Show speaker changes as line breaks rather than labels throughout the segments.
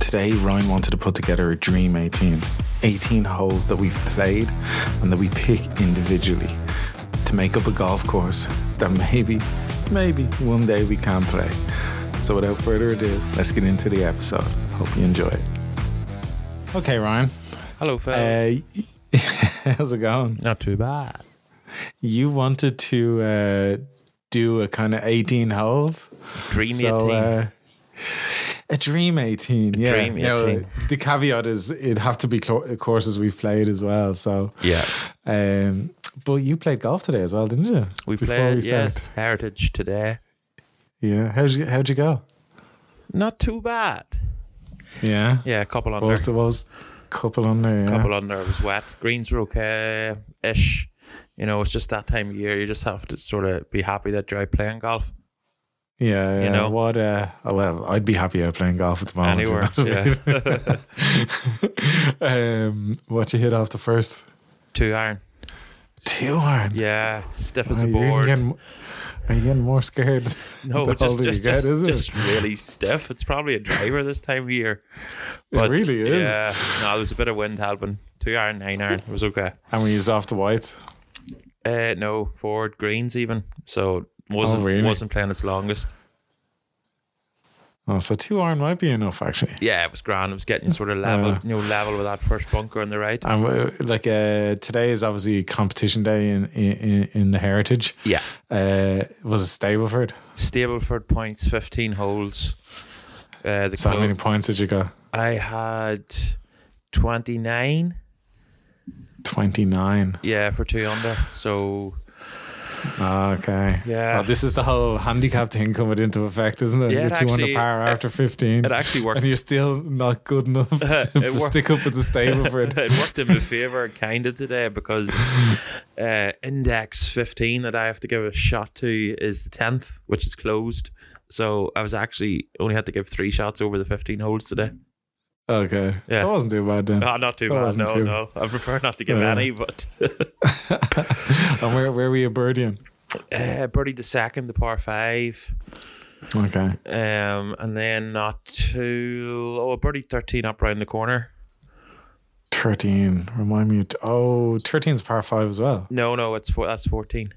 Today, Ryan wanted to put together a dream 18. 18 holes that we've played and that we pick individually to make up a golf course that maybe, maybe one day we can play. So without further ado, let's get into the episode. Hope you enjoy it. Okay, Ryan.
Hello, Phil.
Uh, how's it going?
Not too bad.
You wanted to uh, do a kind of 18 holes.
Dreamy
So,
18.
uh, a dream 18. yeah.
dream
Now,
18.
the caveat is it'd have to be clo courses we've played as well. So,
yeah,
um, but you played golf today as well, didn't you?
we
Before
played
started.
yes Heritage today.
Yeah. How'd you, how'd you go?
Not too bad.
Yeah.
Yeah, a couple
What
under.
was the what was couple on there? Yeah.
couple under was wet. Greens were okay ish. You know, it's just that time of year. You just have to sort of be happy that you're out playing golf
yeah. yeah.
know?
what? Uh, oh, well, I'd be happy out playing golf at the moment.
anywhere. yeah,
um, what you hit off the first
two iron.
two iron.
Yeah, stiff
Wow,
as a
Ah, you're even
board.
getting- are you getting more scared?
no,
the
just
older
just,
you get,
just,
is it?
just really stiff. It's probably a driver this time of year.
it really is.
Yeah, no, there was a bit of wind helping. Two iron, nine iron. It was okay.
And we use off the white.
Uh, no, forward greens even. So wasn't
Oh, really?
wasn't playing its longest.
Oh, so two iron might be enough actually.
Yeah, it was grand. It was getting sort of level,
Yeah.
you know, level with that first bunker on the right.
And uh, like uh, today is obviously competition day in in, in the heritage.
Yeah,
Uh, was it Stableford?
Stableford points, fifteen holes. Uh, the
So how
club-
many points did you go?
I had twenty nine.
Twenty nine.
Yeah, for two under. So
Ah, Okay.
Yeah.
Well, this is the whole handicap thing coming into effect, isn't it?
Yeah,
You're
it
two under
actually-
par
it-
after fifteen,
it actually worked.
and you're still not good enough
It
to
worked.
stick up with the Stableford.
it worked in my favor kind of today because uh, index 15 that I have to give a shot to is the 10th, which is closed. So I was actually only had to give three shots over the 15 holes today.
Okay.
Yeah.
That wasn't too bad then.
Ah, not too
That
bad. No,
wasn't Mm. too-
no. I prefer not to give
Yeah.
any, but
and where where were you birdieing?
uh, birdie the second, the par five,
Okay.
um, and then not too. Oh, a birdie 13 up round the corner.
13. Remind me. Oh, 13 is par 5 as well.
No, no, it's four, that's 14.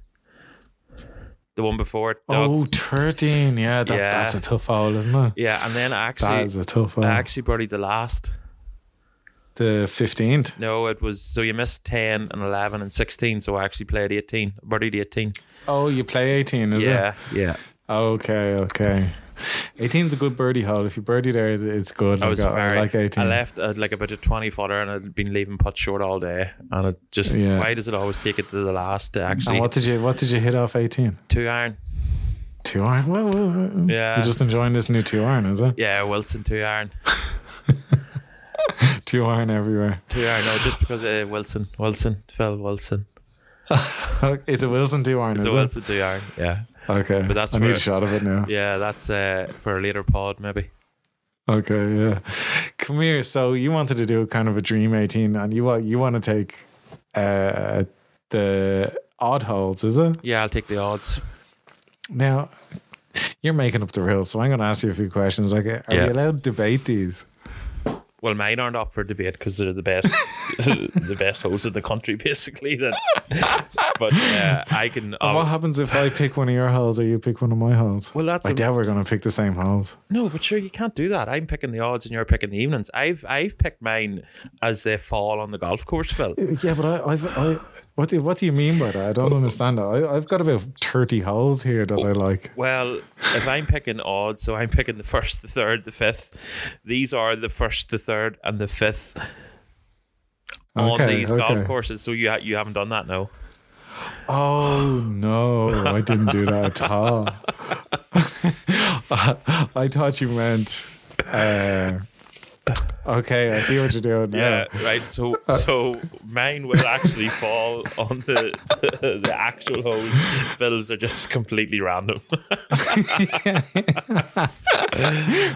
The one before it. No.
Oh, 13. Yeah, that,
Yeah.
that's a tough hole, isn't it?
Yeah, and then I actually.
That is a tough hole.
I actually birdied the last.
The 15th.
No, it was so you missed ten and eleven and sixteen. So I actually played eighteen, birdied eighteen.
Oh, you play 18, is it?
yeah, yeah.
Okay, okay. 18 is a good birdie hole. If you birdie there, it- it's good.
I was
Like, I
very.
like 18.
I left uh, like about a twenty footer, and I'd been leaving putt short all day. And it just
Yeah.
why does it always take it to the last to
and
actually
what did you what did you hit off 18?
two iron?
Two iron. Well, well, well.
Yeah.
You're just enjoying this new two iron, is it?
Yeah, Wilson two iron,
Two iron everywhere.
two iron. No, just because uh, Wilson, Wilson, Phil Wilson.
it's a Wilson two iron,
So
is
Wilson two iron. Yeah,
it? Okay.
But that's
I need
where-
a shot of it now.
yeah. That's uh, for a later pod maybe.
Okay, yeah. Come here. So you wanted to do kind of a dream eighteen, and you want you want to take uh, the odd holes, is it?
Yeah, I'll take the odds.
Now you're making up the rules, so I'm going to ask you a few questions. Like, are
Yeah.
we allowed to debate these?
Well, mine aren't up for debate because they're the best, the best hosts in the country, basically. That, but uh, I can.
And what
Uh,
happens if I pick one of your holes or you pick one of my holes?
well, that's
I
a,
doubt we're going to pick the same holes.
no, but sure, you can't do that. I'm picking the odds, and you're picking the evenings. I've I've picked mine as they fall on the golf course, Phil.
Yeah, but I, I've, I, what do you, what do you mean by that? I don't understand that. I, I've got about thirty holes here that I like.
Well, if I'm picking odds, so I'm picking the first, the third, the fifth. These are the first, the third, and the fifth on
Okay,
these
okay.
golf courses. So you ha- you haven't done that, no?
Oh no, I didn't do that at all. I thought you meant. Uh, okay, I see what you're doing now.
Yeah, Uh, right. So,
Uh.
so mine will actually fall on the the actual holes. Phil's are just completely random.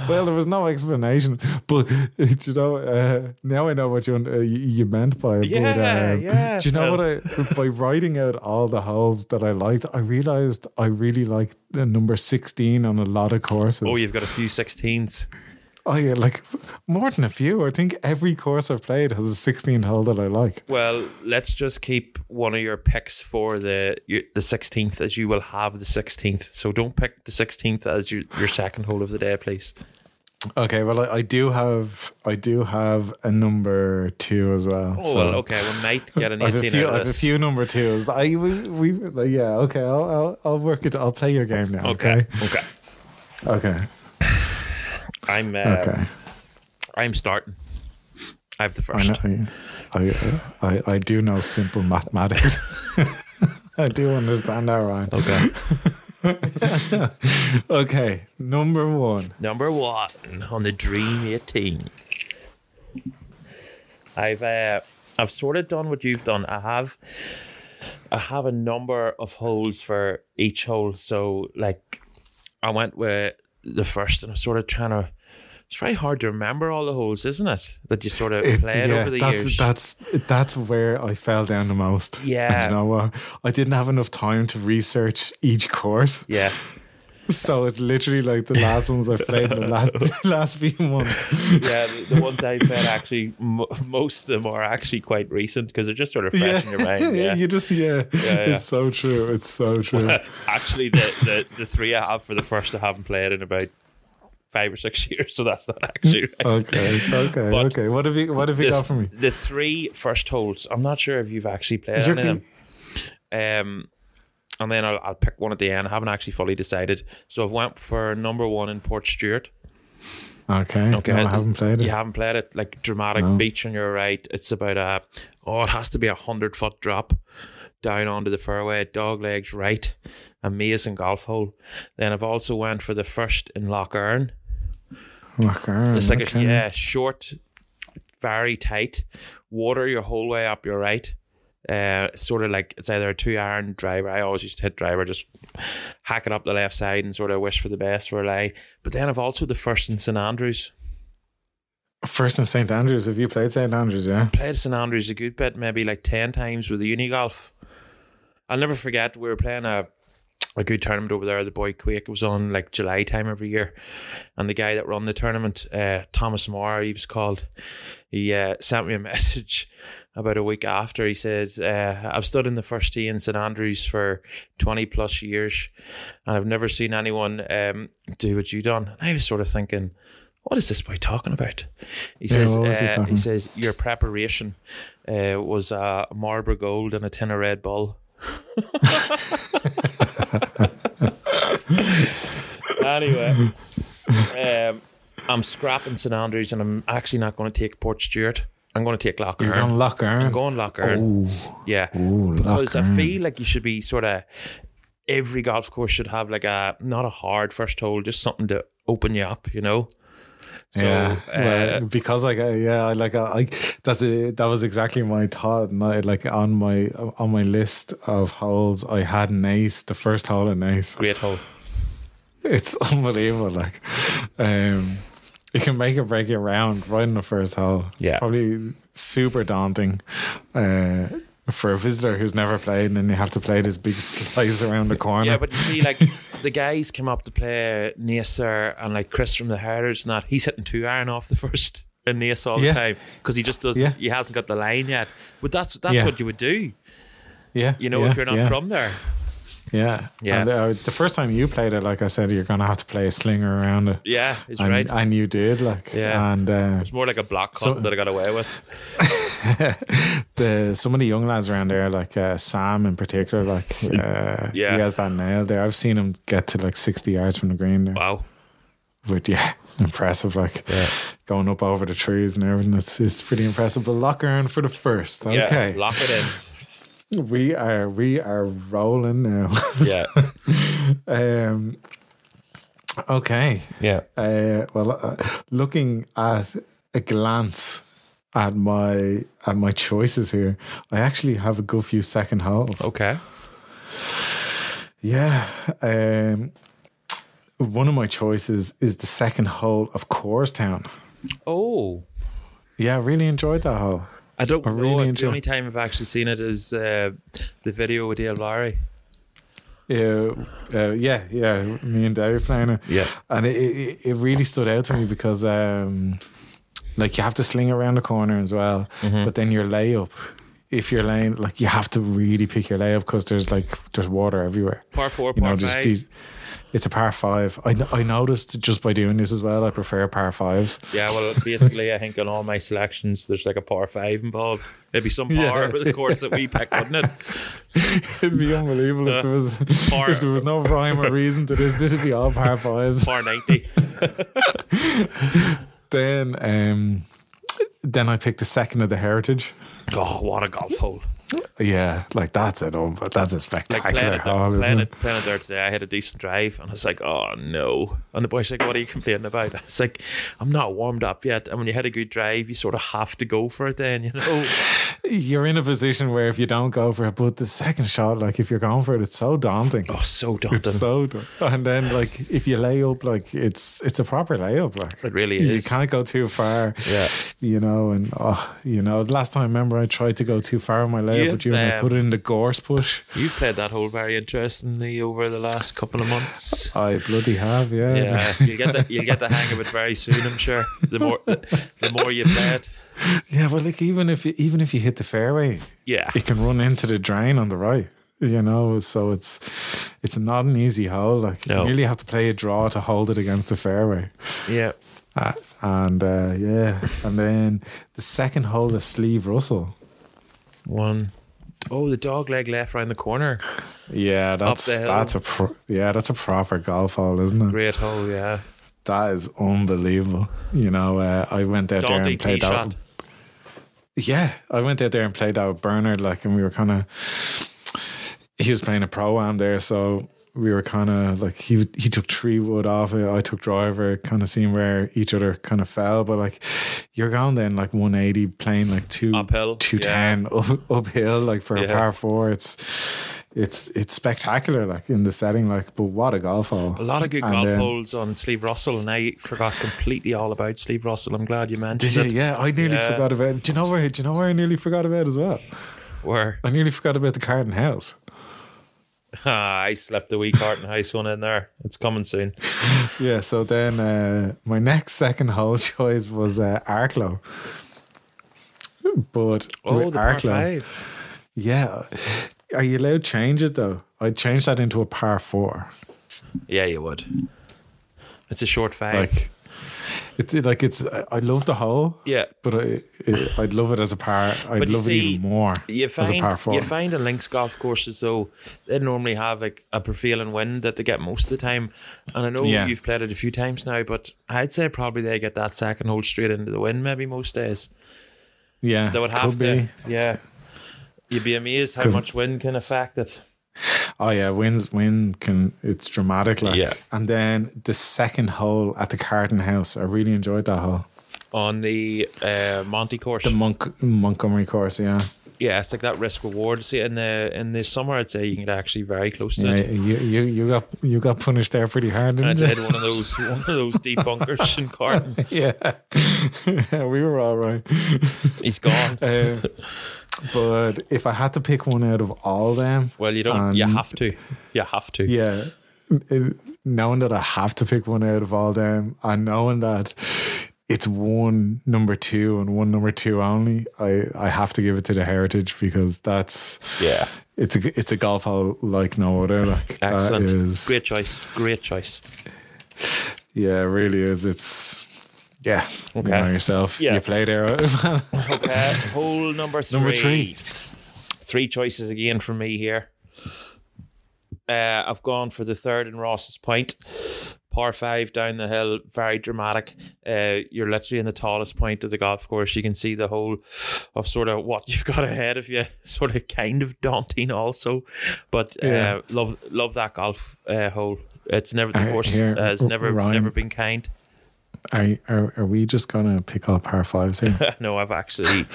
Well, there was no explanation, but uh, do you know, uh, now I know what you uh, you- you meant by it. but,
Yeah,
um,
yeah,
Do you know what I? By writing out all the holes that I liked, I realized I really liked the number sixteen on Oh, a lot of courses.
Oh, you've got a few sixteens.
Oh yeah, like more than a few. I think every course I've played has a 16 hole that I like.
Well, let's just keep one of your picks for the you- the sixteenth, as you will have the sixteenth. So don't pick the sixteenth as your your second hole of the day, please.
Okay, well I, I do have I do have a number two as well.
Oh
so
well, okay, we might get an
I have a
eighteen
few. I
out of
have a
this.
few number twos. I we, we like, yeah. Okay, I'll, I'll I'll work it. I'll play your game now.
Okay,
Okay.
okay.
Okay.
I'm uh,
Okay.
I'm starting. I have the
I
first.
know. I, I I do know simple mathematics. I do understand that, Ryan.
Okay.
Okay, number one.
Number one on the Dream 18. I've uh, I've sort of done what you've done. I have I have a number of holes for each hole. So like I went with the first and I'm sort of trying to it's very hard to remember all the holes, isn't it? That you sort of
It-
played over the
that's
years.
that's that's where I fell down the most.
Yeah.
and you know what? I didn't have enough time to research each course,
yeah.
so it's literally like the last ones I played in the last last few months.
Yeah, the, the ones I bet actually, mo- most of them are actually quite recent because they're just sort of fresh in your mind. Yeah.
you just yeah.
yeah.
It's so true. It's so true.
Actually, the, the the three I have for the first I haven't played in about five or six years, so that's not actually right.
okay, okay,
But
okay. What have you What have you
the,
got Oh, for me?
the three first holes. I'm not sure if you've actually played
You're
any of them. Um, and then I'll, I'll pick one at the end. I haven't actually fully decided, so I've went for number one in Port Stewart.
Okay,
Okay,
okay. No, I
it's-
haven't played it.
You haven't played it, like dramatic beach on your right. It's about a oh, it has to be a hundred foot drop down onto the fairway, dog legs right, amazing golf hole. Then I've also went for the first in Loch Earn.
Okay,
It's like
Hmm, okay.
a yeah, short, very tight, water your whole way up your right. Uh, sort of like it's either a two iron driver. I always used to hit driver, just hack it up the left side and sort of wish for the best for a lie. But then I've also the first in St Andrews.
First in St Andrews. Have you played St Andrews? Yeah.
played St Andrews a good bit, maybe like ten times with the uni golf. I'll never forget we were playing a a good tournament over there. The boy Quake it was on like July time every year, and the guy that run the tournament, uh, Thomas Moore, he was called. He uh, sent me a message about a week after. He said, uh, "I've stood in the first tee in St Andrews for twenty plus years, and I've never seen anyone um, do what you done." And I was sort of thinking. What is this boy talking about? He
Yeah,
says.
what was he
uh, he
talking?
says your preparation uh, was a Marlboro Gold and a tin of Red Bull. anyway, um, I'm scrapping St Andrews, and I'm actually not going to take Port Stewart. I'm going to take Loch
You're Oh,
Earn.
going Loch Earn.
I'm going Loch Earn.
Ooh,
Yeah,
ooh,
because
Loch
I
Earn.
feel like you should be sort of every golf course should have like a not a hard first hole, just something to open you up, you know. So,
yeah,
uh,
well, because like I- yeah, I like uh, I, I that's it. That was exactly my thought, and I like on my on my list of holes, I had an ace, the first hole an ace.
great hole.
It's unbelievable. Like, um, you can make or break your round right in the first hole.
Yeah.
probably super daunting. Uh, for a visitor who's never played, and then you have to play this big slice around the corner.
Yeah, but you see, like the guys came up to play Nasser and like Chris from the Herders and that. He's hitting two iron off the first in Nace all
Yeah.
the time because he just doesn't.
Yeah.
He hasn't got the line yet. But that's that's
Yeah.
what you would do,
yeah,
you know,
yeah,
if you're not
yeah.
from there.
Yeah.
Yeah.
And, uh, the first time you played it, like I said, you're going to have to play a slinger around it.
Yeah, it's
and,
right.
And you did, like.
Yeah.
And uh,
it's more like a block cut
So-
that I got away with.
the some of the young lads around there, like uh, Sam in particular, like uh,
Yeah.
he has that nail there. I've seen him get to like 60 yards from the green there.
Wow.
But yeah, impressive. Like going up over the trees and everything. It's, it's pretty impressive. But lock around for the first.
Yeah.
Okay.
Lock it in.
we are we are rolling now.
Yeah.
um, okay.
yeah.
Uh, well, uh, looking at a glance at my at my choices here, I actually have a good few second holes.
Okay.
Yeah. Um, one of my choices is the second hole of Coorstown.
Oh.
Yeah, I really enjoyed that hole.
I don't
I
know.
really
it.
enjoy-
the only time I've actually seen it is uh, the video with Dale Lowry.
Yeah, uh, yeah, yeah. Me and Dave were playing it.
Yeah.
and it, it it really stood out to me because um, like you have to sling around the corner as well, but then your layup. If you're laying, like you have to really pick your layup because there's like there's water everywhere.
Par four,
you know,
par
just
five.
these- it's a par five. I, I noticed just by doing this as well. I prefer par fives.
Yeah, well, basically, I think on all my selections, there's like a par five involved. It'd be some par,
Yeah.
but of course, that we picked, wouldn't it?
It'd be unbelievable if there was
Uh, Par-
if there was no rhyme or reason to this. This would be all par fives.
Par 90.
Then um, then I picked the second of the heritage.
Oh, what a golf hole.
Yeah, like that's an um, that's a
Like
spectacular
playing it, there,
hole,
playing,
isn't
it,
it?
playing it there today, I had a decent drive, and I was like, oh no. And the boy's like, what are you complaining about? I was like, I'm not warmed up yet. And when you had a good drive, you sort of have to go for it then, you know?
You're in a position where if you don't go for it, but the second shot, like if you're going for it, it's so daunting.
Oh, so daunting.
It's so, da- and then like if you lay up, like it's it's a proper layup, like
It really
you
is.
can't go too far.
Yeah.
you know, and oh, you know, last time remember I tried to go too far on my layup,
You've,
but you and I
um,
put it in the gorse push.
You've played that hole very interestingly over the last couple of months.
I bloody have, Oh, yeah.
Yeah, you'll get the you'll get the hang of it very soon. I'm sure. The more the more you play it,
Yeah, but like even if you, even if you hit the fairway,
yeah,
it can run into the drain on the right. You know, so it's it's not an easy hole. Like
No.
you really have to play a draw to hold it against the fairway.
yeah.
Uh, and uh, yeah, and then the second hole is sleeve Russell.
One. Oh, the dog leg left round the corner.
Yeah, that's
the hill.
that's a pro- yeah that's a proper golf hole, isn't it?
Great hole, yeah.
That is unbelievable. You know, uh, I went out there
Daunting
and
tee
played
shot.
out. Yeah, I went out there and played out with Bernard, like, and we were kind of. He was playing a pro am there, so we were kind of like he he took tree wood off it. I took driver, kind of seeing where each other kind of fell, but like you're going then like 180, playing like two
Uphill,
210 up, uphill, like for a
Yeah.
par four. It's it's it's spectacular, like in the setting, like. But what a golf hole!
A lot of good
And,
golf
um,
holes on Sleeve Russell, and I forgot completely all about Sleeve Russell. I'm glad you mentioned
Did you?
it.
Yeah, I nearly
Yeah.
forgot about. it. Do you know where? Do you know where I nearly forgot about as well?
Where
I nearly forgot about the Carden House.
ah, I slept a wee carton house one in there. It's coming soon.
Yeah. So then uh, my next second hole choice was uh, Arklow. But
Oh,
with
the par
Arklow-
five.
yeah. Are you allowed to change it though? I changed that into a par four.
Yeah, you would. It's a short five.
Like, it's like it's. I I love the hole.
yeah,
But I, I, I'd love it as a par. I'd
But you
love it
see,
even more
You
as a
find
par four.
you find in links golf courses though they normally have like a prevailing wind that they get most of the time, and I know
Yeah.
you've played it a few times now, but I'd say probably they get that second hole straight into the wind maybe most days.
yeah,
They would have
could
to,
be.
yeah. You'd be amazed E how much wind can affect it.
Oh yeah, wins win can it's dramatic like.
Yeah.
And then the second hole at the Carton House, I really enjoyed that hole.
On the uh, Monty course,
The Monk Montgomery course, yeah.
yeah, it's like that risk reward. See, in the in the summer, I'd say you can get actually very close to
yeah
it.
you, you you got you got punished there pretty hard,
And I
didn't you?
did one of those one of those deep bunkers in Carton.
Yeah. we were all right.
He's gone.
Um, but if I had to pick one out of all them,
Well, you don't. you
Um,
have to. You have to.
yeah, it- knowing that I have to pick one out of all them, and knowing that it's one number two and one number two only, I I have to give it to the Heritage because that's
Yeah.
it's a it's a golf hole like no other. Like
Excellent.
that is
Great choice. Great choice.
yeah, it really is. It's yeah,
Okay.
you know yourself.
Yeah.
you play there.
Okay. Uh, Hole number three.
Number three.
Three choices again for me here. Uh, I've gone for the third in Ross's Point. Par five down the hill, very dramatic. Uh, you're literally in the tallest point of the golf course. You can see the whole of sort of what you've got ahead of you. Sort of kind of daunting, also, but uh,
Yeah.
love love that golf uh, hole. It's never the
Uh,
course
here,
uh, has
R-
never
Ryan.
never been kind.
are, are are we just gonna pick all par fives here?
no, I've actually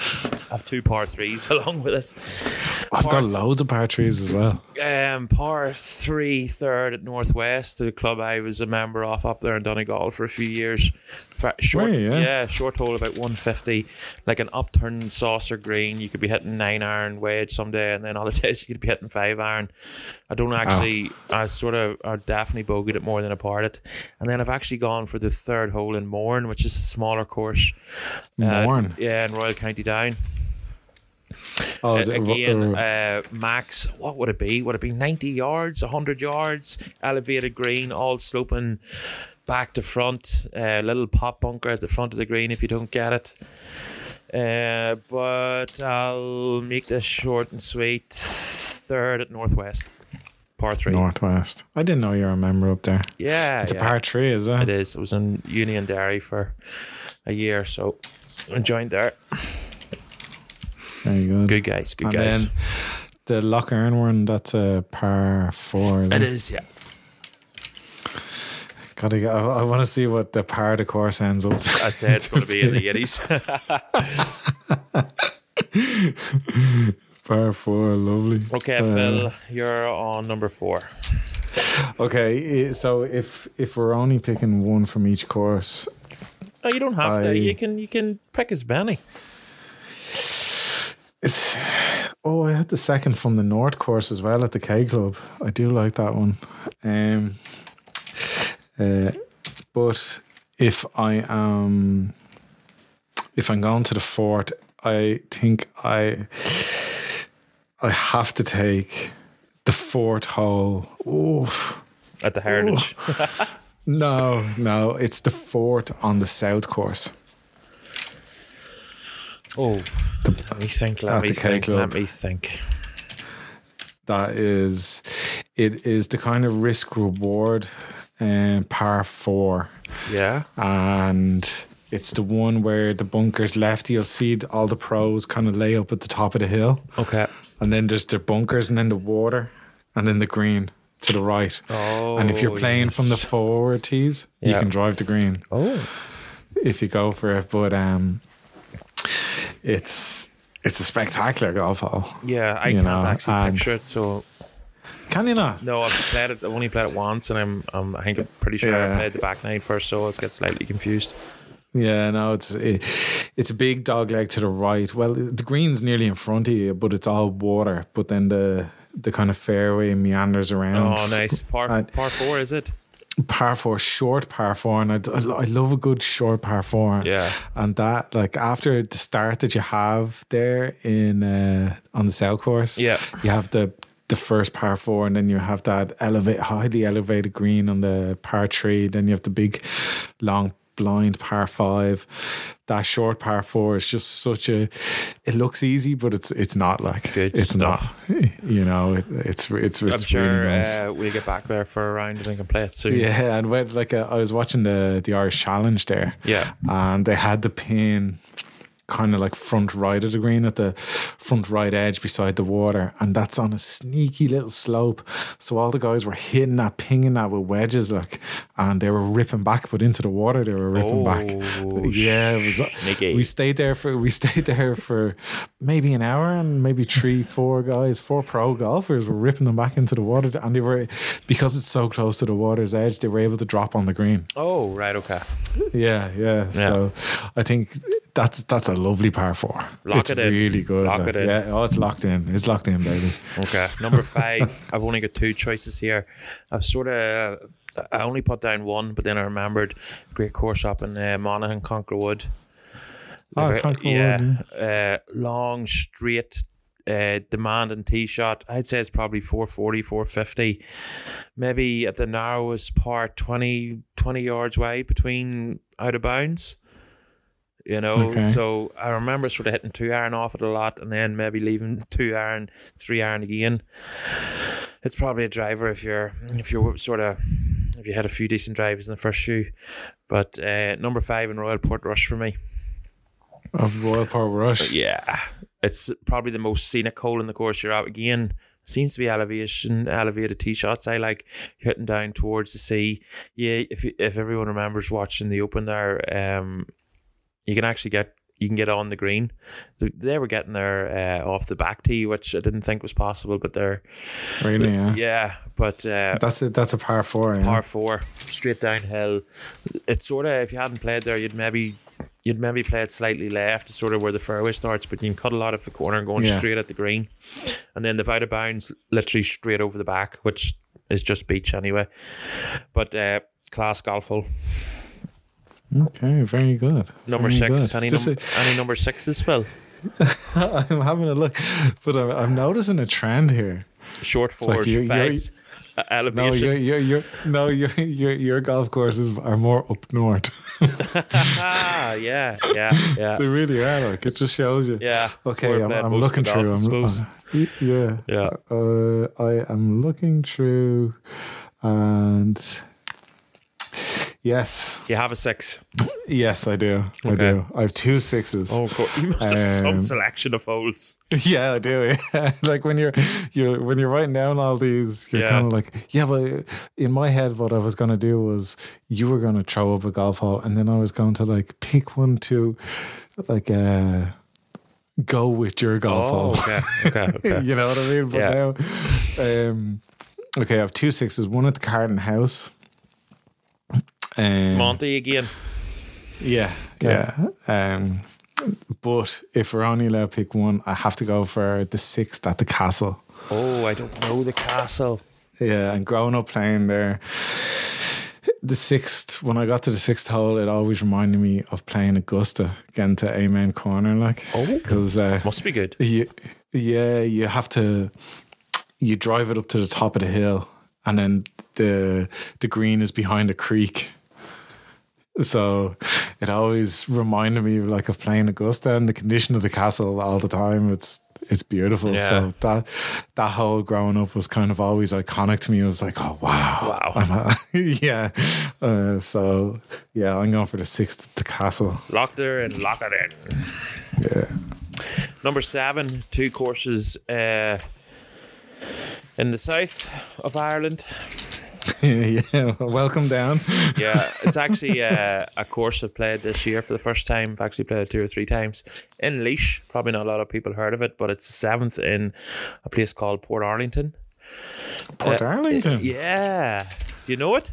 I've two par threes along with us.
I've
Par-
got loads of par trees as well.
Um, par three third at Northwest, the club I was a member of up there in Donegal for a few years. fa- short,
Way, yeah.
yeah. short hole about 150, like an upturned saucer green. You could be hitting nine iron wedge someday, and then other days you could be hitting five iron. I don't
Ah.
actually, I sort of I definitely bogeyed it more than I parred it. And then I've actually gone for the third hole in Mourne, which is a smaller course. uh,
Mourne?
yeah, in Royal County Down.
Oh,
Uh,
is it ru-
again,
uh,
uh, max, what would it be? Would it be 90 yards, 100 yards, elevated green, all sloping back to front, uh, little pop bunker at the front of the green if you don't get it. Uh, but I'll make this short and sweet. Third at Northwest, par three.
Northwest. I didn't know you were a member up there.
Yeah,
It's
yeah.
a par three, is
It
it?
is. It was in Union Dairy for a year, so I joined there.
Very good.
Good guys, good
and
guys.
then the Loch Earn one, that's a par four. Is
it
it?
is, yeah.
Gotta go. I, I want to see what the par the course ends up.
I'd say it's going to be in the 80s.
par four, lovely.
Okay,
Uh,
Phil, you're on number four.
Okay, i- so if if we're only picking one from each course,
No, Oh, you don't have
I-
to. You can you can pick as many.
it's oh, I had the second from the North course as well at the K Club. I do like that one. Um, uh, but if I am if I'm going to the fort, I think I I have to take the fourth hole. Ooh.
At the Heritage.
No, no, it's the fourth on the south course.
Oh, let me think.
At
Let me
the K
think.
Club.
Let me think.
That is, it is the kind of risk reward um, par four,
Yeah.
and it's the one where the bunkers left. You'll see th- all the pros kind of lay up at the top of the hill,
Okay.
and then there's their bunkers, and then the water, and then the green to the right.
Oh,
and if you're playing from the
yes.
forward tees, you
Yeah.
can drive the green.
Oh.
if you go for it. But um, it's it's a spectacular golf hole.
Yeah, I
You
can't
know,
actually
and-
picture it. So
Can you not?
no, I've played it. I've only played it once, and I'm, I'm I think I'm pretty sure
Yeah.
I played the back nine first, so I was get slightly confused.
Yeah, no. It's it, it's a big dog leg to the right. Well, the green's nearly in front of you, but it's all water. But then the the kind of fairway meanders around.
Oh, nice. Par
and-
par four is it?
par four, short par four, and I, d- I lo- I love a good short par four.
Yeah.
and that like after the start that you have there in uh, on the south course.
Yeah.
you have the the first par four, and then you have that elevate highly elevated green on the par three. Then you have the big long blind par five. That short par four is just such a. It looks easy, but it's it's not like
Good
it's
stuff.
not. You know, it, it's it's it's
I'm sure
really nice.
uh, we'll get back there for a round and we can play it soon.
Yeah, and when, like uh, I was watching the the Irish Challenge there.
Yeah.
and they had the pin kind of like front right of the green at the front right edge beside the water, and that's on a sneaky little slope. So all the guys were hitting that, pinging that with wedges, like, and they were ripping back, but into the water they were ripping back.
Oh,
Yeah, it was. uh,
sneaky.
We stayed there for we stayed there for maybe an hour, and maybe three, four guys, four pro golfers were ripping them back into the water, and they were because it's so close to the water's edge, they were able to drop on the green.
Oh, right. Okay.
Yeah, yeah. So I think that's that's a lovely par four.
Lock
it's
it in.
really good.
Lock it in.
Yeah, oh, it's locked in. It's locked in, baby.
Okay, number five. I've only got two choices here. I've sort of, I only put down one, but then I remembered a great course up in uh, Monaghan, Conquer Wood.
Oh,
Very-
Conquer Wood,
yeah, Uh, long, straight, uh, demanding tee shot. I'd say it's probably 440, 450. Maybe at the narrowest part, 20, 20 yards wide between out of bounds. You know,
Okay.
so I remember sort of hitting two iron off it a lot and then maybe leaving two iron, three iron again. It's probably a driver if you're if you're sort of if you had a few decent drives in the first few. But uh, number five in Royal Port Rush for me.
Of Royal Port Rush.
Yeah, it's probably the most scenic hole in the course you're out again. Seems to be elevation, elevated tee shots. I like hitting down towards the sea. Yeah, if you- if everyone remembers watching the Open there, um, you can actually get you can get on the green. So They were getting there uh, off the back tee, which I didn't think was possible, but they're
Really, yeah.
yeah. But uh,
That's a that's a par four. Yeah.
par four, straight downhill. It's sort of if you hadn't played there, you'd maybe you'd maybe play it slightly left, sort of where the fairway starts, but you can cut a lot off the corner and going
Yeah.
straight at the green, and then the out of bounds literally straight over the back, which is just beach anyway. But uh, class golf hole
Okay, very good.
number
very
six.
good.
Any,
This
num-
is-
any number sixes, Phil?
I'm having a look, but I'm, I'm noticing a trend here.
Short fours,
you're- you're-
fags, uh,
No,
elevation.
your your your no your your your golf courses are more up north.
ah, yeah, yeah, yeah.
they really are. Like it just shows you.
Uh, Yeah,
Okay,
we're
I'm,
playing
I'm
most of
looking
the
through.
golf, I
I'm, uh,
suppose.
y- yeah.
Yeah.
Uh, I am looking through, and yes,
You have a six.
yes, I do. I do. I have two sixes.
Oh, God. you must have some
Um,
selection of holes.
Yeah, I do. Yeah. like when you're you're when you're writing down all these, you're
Yeah.
kind of like, yeah. But in my head, what I was gonna do was you were gonna throw up a golf hole, and then I was going to like pick one to, like, uh, go with your golf
Oh,
hole.
okay, okay, okay.
you know what I mean? But
Yeah.
now, um, okay, I have two sixes. One at the Carton House. Um,
Monty again.
yeah, yeah. Um, but if we're only allowed to pick one, I have to go for the sixth at the castle.
Oh, I don't know the castle.
Yeah, and growing up playing there, the sixth when I got to the sixth hole, it always reminded me of playing Augusta, getting to Amen Corner, like
Oh.
because uh,
Must be good.
you, yeah, you have to you drive it up to the top of the hill, and then the the green is behind a creek. So it always reminded me of like of playing Augusta and the condition of the castle all the time. It's it's beautiful.
Yeah.
So that that whole growing up was kind of always iconic to me. It was like, oh wow,
Wow.
I'm a- yeah. Uh, so yeah, I'm going for the sixth at the castle.
Lock there and lock it in.
Yeah.
Number seven, two courses uh, in the south of Ireland.
yeah. Welcome down.
Yeah, it's actually uh, a course I played this year for the first time. I've actually played it two or three times in Leash. Probably not a lot of people heard of it, but it's the seventh in a place called Port Arlington.
Port Arlington.
Yeah. Do you know it?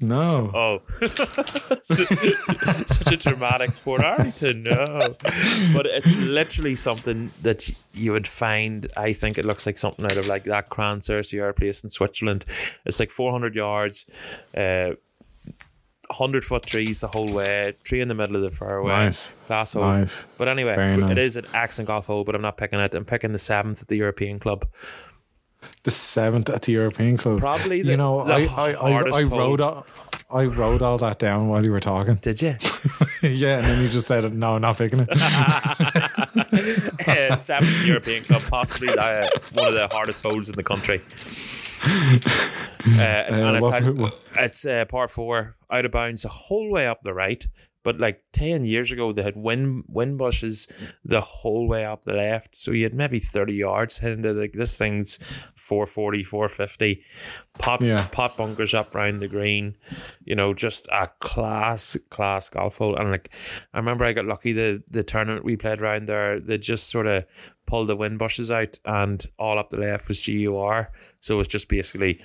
No.
Oh, such a dramatic Port Arlington. No, but it's literally something that you would find. I think it looks like something out of like that Cran Cercier place in Switzerland. It's like 400 yards, uh, 100 foot trees the whole way, tree in the middle of the fairway.
Nice.
Class hole.
Nice.
But anyway,
Very
it
nice.
is an accent golf hole, but I'm not picking it. I'm picking the seventh at the European Club.
The seventh at the European Club.
Probably the-
you know,
the
I, I, I,
hardest
I
hole.
wrote all, I wrote all that down while you were talking.
Did you?
yeah, and then you just said, "No, I'm not picking it."
Uh, seventh European Cup, possibly uh, one of the hardest holes in the country. Uh, and
Uh,
and
what-
it's,
what-
it's uh, par four, out of bounds the whole way up the right. But like ten years ago, they had wind wind bushes the whole way up the left, so you had maybe thirty yards heading to like this thing's 440, 450, pot
Yeah.
pot bunkers up round the green, you know, just a class class golf hole. And like I remember I got lucky the the tournament we played around there, they just sort of pulled the wind bushes out and all up the left was GUR. So it was just basically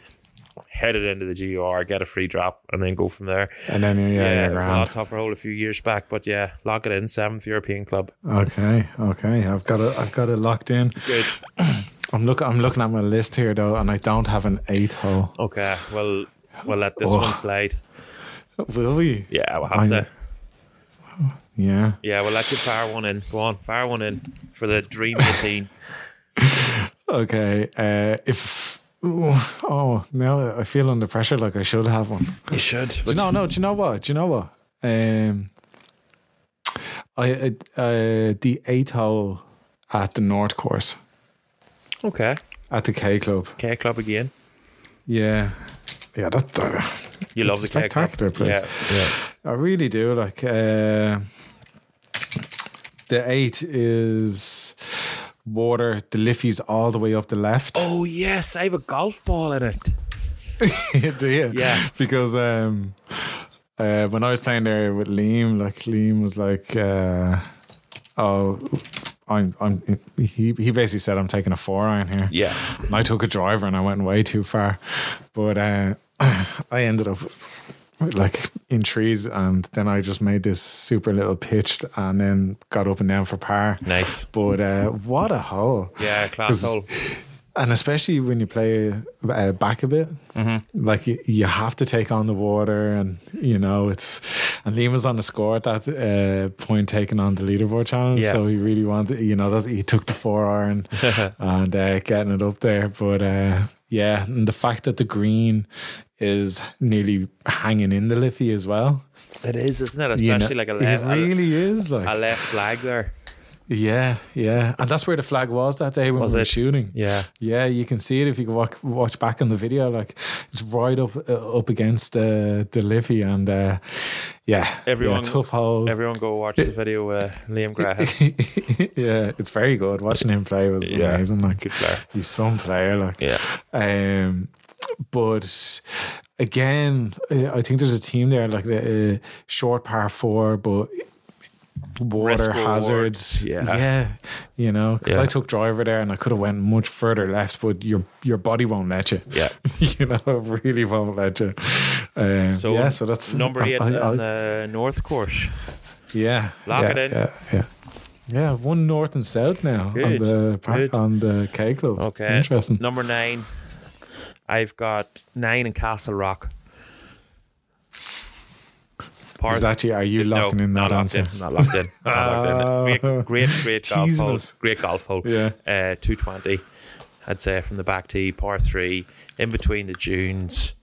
headed into the GUR, get a free drop and then go from there.
And then yeah, yeah,
it was a lot
grand.
tougher hole a few years back, but yeah, lock it in, seventh European club.
Okay, okay, I've got it. I've got it locked in.
Good.
I'm look. I'm looking at my list here though, and I don't have an eighth hole.
Okay. Well we'll let this
Oh.
one slide.
Will we?
Yeah, we'll have
I-
to.
Yeah.
Yeah, we'll let you fire one in. Go on, fire one in for the dream routine.
Okay. Uh, if ooh, oh now I feel under pressure, like I should have one.
You should.
Do you know, no, do you know what? Do you know what? Um, I uh, uh, the eight hole at the North Course
Okay.
at the K Club.
K Club again.
Yeah, yeah, that uh,
You
It's
love the K Club.
spectacular place.
Yeah, yeah.
I really do like. Uh, the eight is water. The Liffey's all the way up the left.
Oh yes, I have a golf ball in it.
do you?
Yeah.
Because um, uh, when I was playing there with Liam, like Liam was like, uh, "Oh, I'm I'm." He he basically said, "I'm taking a four iron here."
Yeah.
and I took a driver and I went way too far. But uh, I ended up like in trees, and then I just made this super little pitch and then got up and down for par.
Nice.
But uh, what a hole!
Yeah, class
'Cause-
hole.
and especially when you play uh, back a bit,
Mm-hmm.
like you, you have to take on the water, and you know it's. And Lima's on the score at that uh, point, taking on the leaderboard challenge.
Yeah.
So he really wanted, you know, that he took the four iron and uh, getting it up there. But uh, yeah, and the fact that the green is nearly hanging in the Liffey as well,
It is, isn't it?
you know,
Especially like a
it
left,
really is like
a, left flag there.
yeah, yeah, and that's where the flag was that day when
Was
we were
it?
shooting.
Yeah.
Yeah, you can see it if you can walk, watch back on the video. Like it's right up uh, up against uh, the Livy, and uh, yeah,
Everyone-
yeah, tough hole.
Everyone go watch the video uh, Liam Graham.
yeah, it's very good. Watching him play was
Yeah.
amazing. Like
Good player.
he's some player. Like
Yeah.
um, but again, uh, I think there's a team there like a, short par four, but water
Risk reward.
hazards.
Yeah.
yeah, you know, because
Yeah.
I took driver there and I could have went much further left, but your your body won't let you.
Yeah.
you know, it really won't let you. Um,
So,
yeah, so that's
Number
I-
eight
I- I-
on the North Course.
yeah.
Lock
yeah,
it in.
Yeah, yeah. Yeah, one north and south now
Good,
on the par-
good.
on the K Club.
Okay.
Interesting.
Number nine. I've got nine in Castle Rock. Par
Is that you? Are you
No,
locking in that
not locked
answer?
In, not locked in. Not locked in.
Oh.
Great, great, great golf
Teasing
hole.
us.
Great golf hole.
Yeah.
Uh, 220, I'd say, from the back tee, par three, in between the dunes.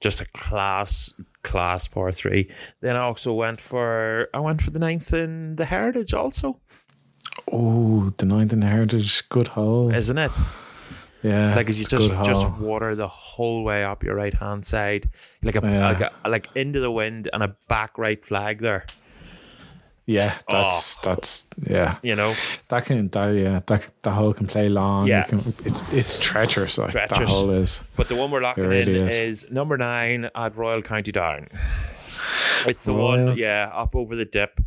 Just a class, class par three. Then I also went for, I went for the ninth in the Heritage also,
Oh, the ninth and Heritage, good hole.
isn't it?
yeah,
Like you
it's
just
good hole.
just water the whole way up your right hand side, like a,
Yeah.
like a like into the wind and a back right flag there.
yeah,
Oh.
that's that's yeah,
You know,
that can that yeah that the hole can play long. You
Yeah.
can- it's it's treacherous. Like that
Treacherous.
hole is.
But the one we're locking
It really
in
is.
is. number nine at Royal County Down. It's the
Royal-
one, yeah, up over the dip,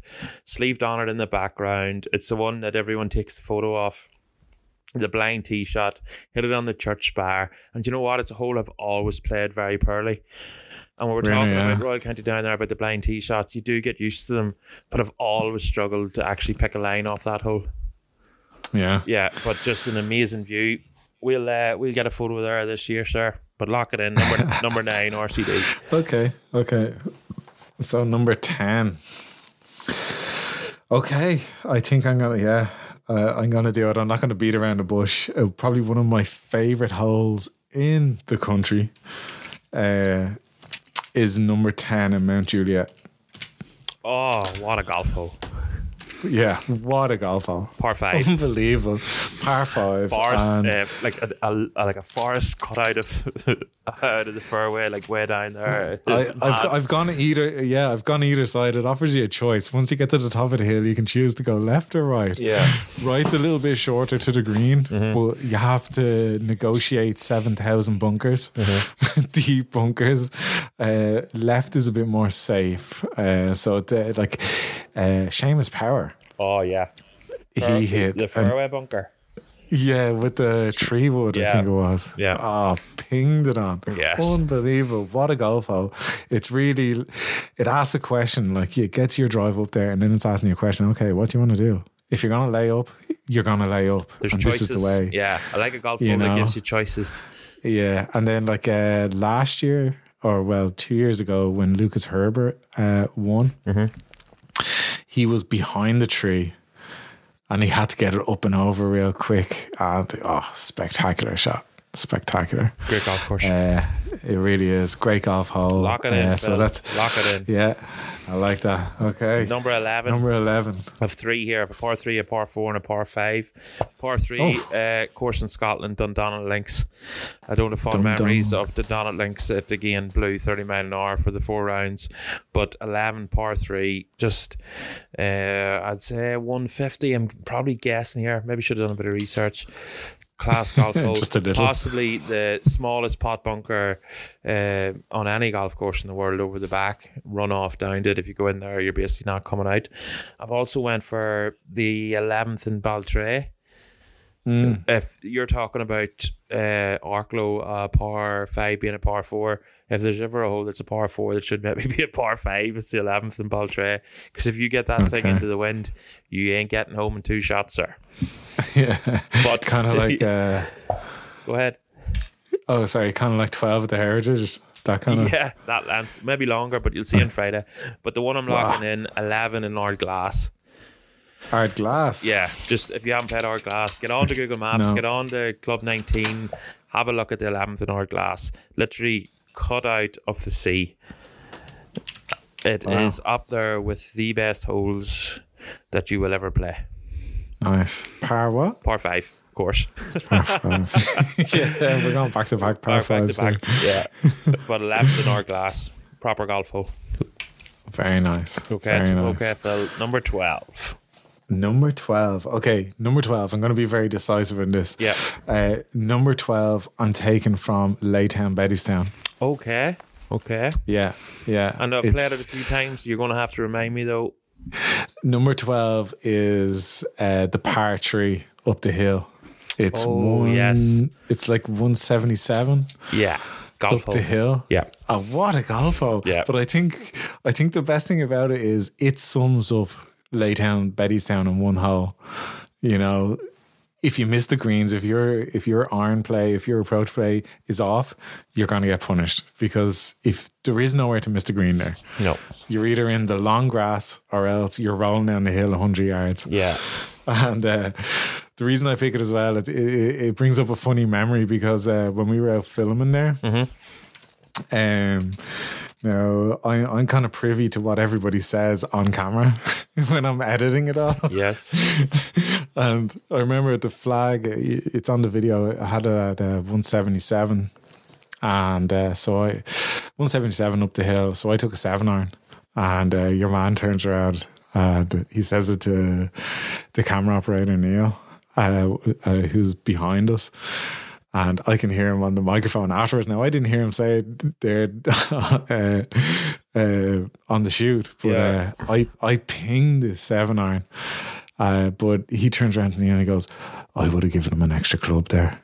sleeved on it in the background. It's the one that everyone takes the photo of. The blind tee shot, hit it on the church bar. And you know what? It's a hole I've always played very poorly. And when we're
Really,
talking
yeah.
about Royal County Down there about the blind tee shots, you do get used to them, but I've always struggled to actually pick a line off that hole.
Yeah,
Yeah, but just an amazing view. We'll uh, we'll get a photo there this year, sir. But lock it in number number nine RCD.
Okay, okay. So number ten. Okay, I think I'm gonna yeah, uh, I'm gonna do it. I'm not gonna beat around the bush. Uh, probably one of my favorite holes in the country uh, is number ten in Mount Juliet.
Oh, what a golf hole!
Yeah, what a golf hole!
Par five,
Oh Unbelievable, par five.
forest
and-
uh, like a, a, a- like a forest cut out of out of the fairway, like way down there.
I,
It's
I've,
mad.
go- I've gone either yeah I've gone either side it offers you a choice once you get to the top of the hill you can choose to go left or right
yeah, Mm-hmm.
Right's a little bit shorter to the green, but you have to negotiate 7,000 bunkers,
Mm-hmm.
deep bunkers. Uh, left is a bit more safe. Uh, so, the, like, uh, Seamus Power,
oh yeah,
he hit.
the
an-
fairway bunker.
yeah, with the tree wood, I
Yeah.
think it was.
Yeah.
Oh, pinged it on.
Yes.
Unbelievable. What a golf hole. It's really, it asks a question. Like, you get to your drive up there, and then it's asking you a question. Okay, what do you want to do? If you're going to lay up, you're going to lay up.
There's
and
choices.
this is the way.
Yeah, I like a golf
You
hole
know.
that gives you choices.
Yeah, and then like uh, last year, or well, two years ago, when Lucas Herbert uh, won, he was behind the tree, and he had to get it up and over real quick. And oh, spectacular shot! Spectacular.
Great golf course.
Uh, it really is great golf hole.
lock it in.
Uh, so
Phil.
that's
lock it in.
yeah, I like that. Okay,
Number eleven.
number eleven.
I've three here, a par three, a par four, and a par five. Par three, uh, course in Scotland, Dundonald Links. I don't have fond
Dundonald.
memories of Dundonald Links. It again blew 30 mile an hour for the four rounds, but 11 par three, just uh, I'd say 150. I'm probably guessing here. Maybe should have done a bit of research. class golf hole,
Just a little.
possibly the smallest pot bunker uh, on any golf course in the world. Over the back, run off down it. If you go in there, you're basically not coming out. I've also went for the 11th in Baltray.
Mm.
If you're talking about uh, Arklow, uh, par five being a par four, if there's ever a hole that's a par four that should maybe be a par five, it's the 11th in Baltray. Because if you get that thing
Okay.
into the wind, you ain't getting home in two shots, sir.
yeah.
But-
kind of like, uh,
Go ahead.
oh, sorry, kind of like 12 at the Heritage. That kind of.
Yeah, that length. Maybe longer, but you'll see on Friday. But the one I'm
Wow.
locking in, 11 in Art Glass.
Hard glass.
Yeah, just if you haven't played Art Glass, get on to Google Maps,
No.
get on to Club 19, have a look at the 11th in Art Glass. Literally cut out of the sea. It is
Wow.
up there with the best holes that you will ever play.
Nice. Par what?
Par five, of course.
Par five. yeah, we're going back to back. Par,
Par
five.
back to back. Yeah. but 11th in Art Glass. Proper golf hole.
Very nice.
Okay,
Very nice.
okay, Phil. Number 12.
Number 12. Okay, number 12. I'm going to be very decisive in this.
Yeah.
Uh, number 12, I'm taking from Laytown, Bettystown.
Okay. Okay.
Yeah, yeah.
I know I've played it
It's-
a few times. You're going to have to remind me though.
Number 12 is uh, the par tree up the hill. It's
Oh,
one.
yes.
It's like 177
Yeah. Golf
up the
hole.
hill.
Yeah.
Oh, what a golf hole.
Yeah.
But I think I think the best thing about it is it sums up Laytown, Bettystown in one hole. You know, if you miss the greens, if your if your iron play, if your approach play is off, you're gonna get punished because if there is nowhere to miss the green there.
No.
You're either in the long grass or else you're rolling down the hill 100 yards.
Yeah.
And uh, the reason I pick it as well, it, it, it brings up a funny memory because uh, when we were out filming there, um, now I, I'm kind of privy to what everybody says on camera when I'm editing it all.
Yes.
And I remember the flag, i- it's on the video, I had it at uh, 177. And uh, so I, 177 up the hill. So I took a seven iron. And uh, your man turns around and he says it to the camera operator, Neil, uh, uh, who's behind us. And I can hear him on the microphone afterwards. Now, I didn't hear him say it there uh, uh, on the shoot, but
Yeah.
uh, I, I pinged this seven iron. Uh, but he turns around to me and he goes, I would have given him an extra club there.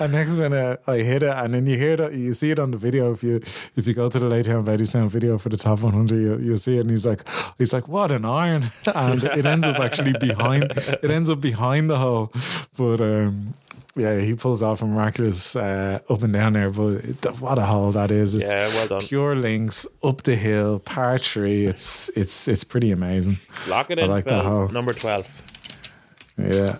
and next minute I hit it, and then you hear that you see it on the video. If you if you go to the Laytown Bettystown video for the top 100, you, you'll see it. And he's like, he's like, what an iron! And it ends up actually behind. It ends up behind the hole, but. um yeah, he pulls off a miraculous uh, up and down there, but it, what a hole that is! It's
Yeah, well done.
pure links up the hill, par three. It's it's it's pretty amazing.
Lock it
I
in,
like
Phil.
that hole.
Number 12.
Yeah,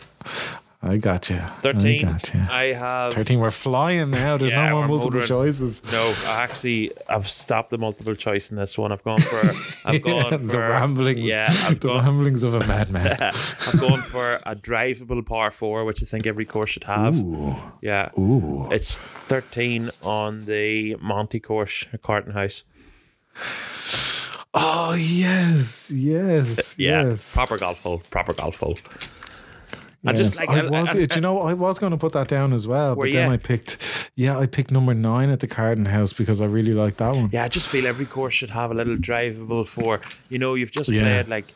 I got you.
13.
I got you.
I have.
13 we're flying now there's
Yeah,
no more
we're
multiple
motoring.
choices
No, I actually I've stopped the multiple choice in this one. I've gone for I've gone for
the ramblings
Yeah, I've
the
gone
ramblings of a madman
I've gone for a drivable par four, which I think every course should have.
ooh
Yeah.
ooh
It's 13 on the Monty course at Carton House.
oh yes yes
Yeah,
yes
proper golf hole, proper golf hole. I just
Yes.
like
I was do you know I was going to put that down as well but
Were
then
you?
I picked yeah I picked number 9 at the Carden House because I really like that one
yeah, I just feel every course should have a little drivable for, you know, you've just
Yeah.
played like,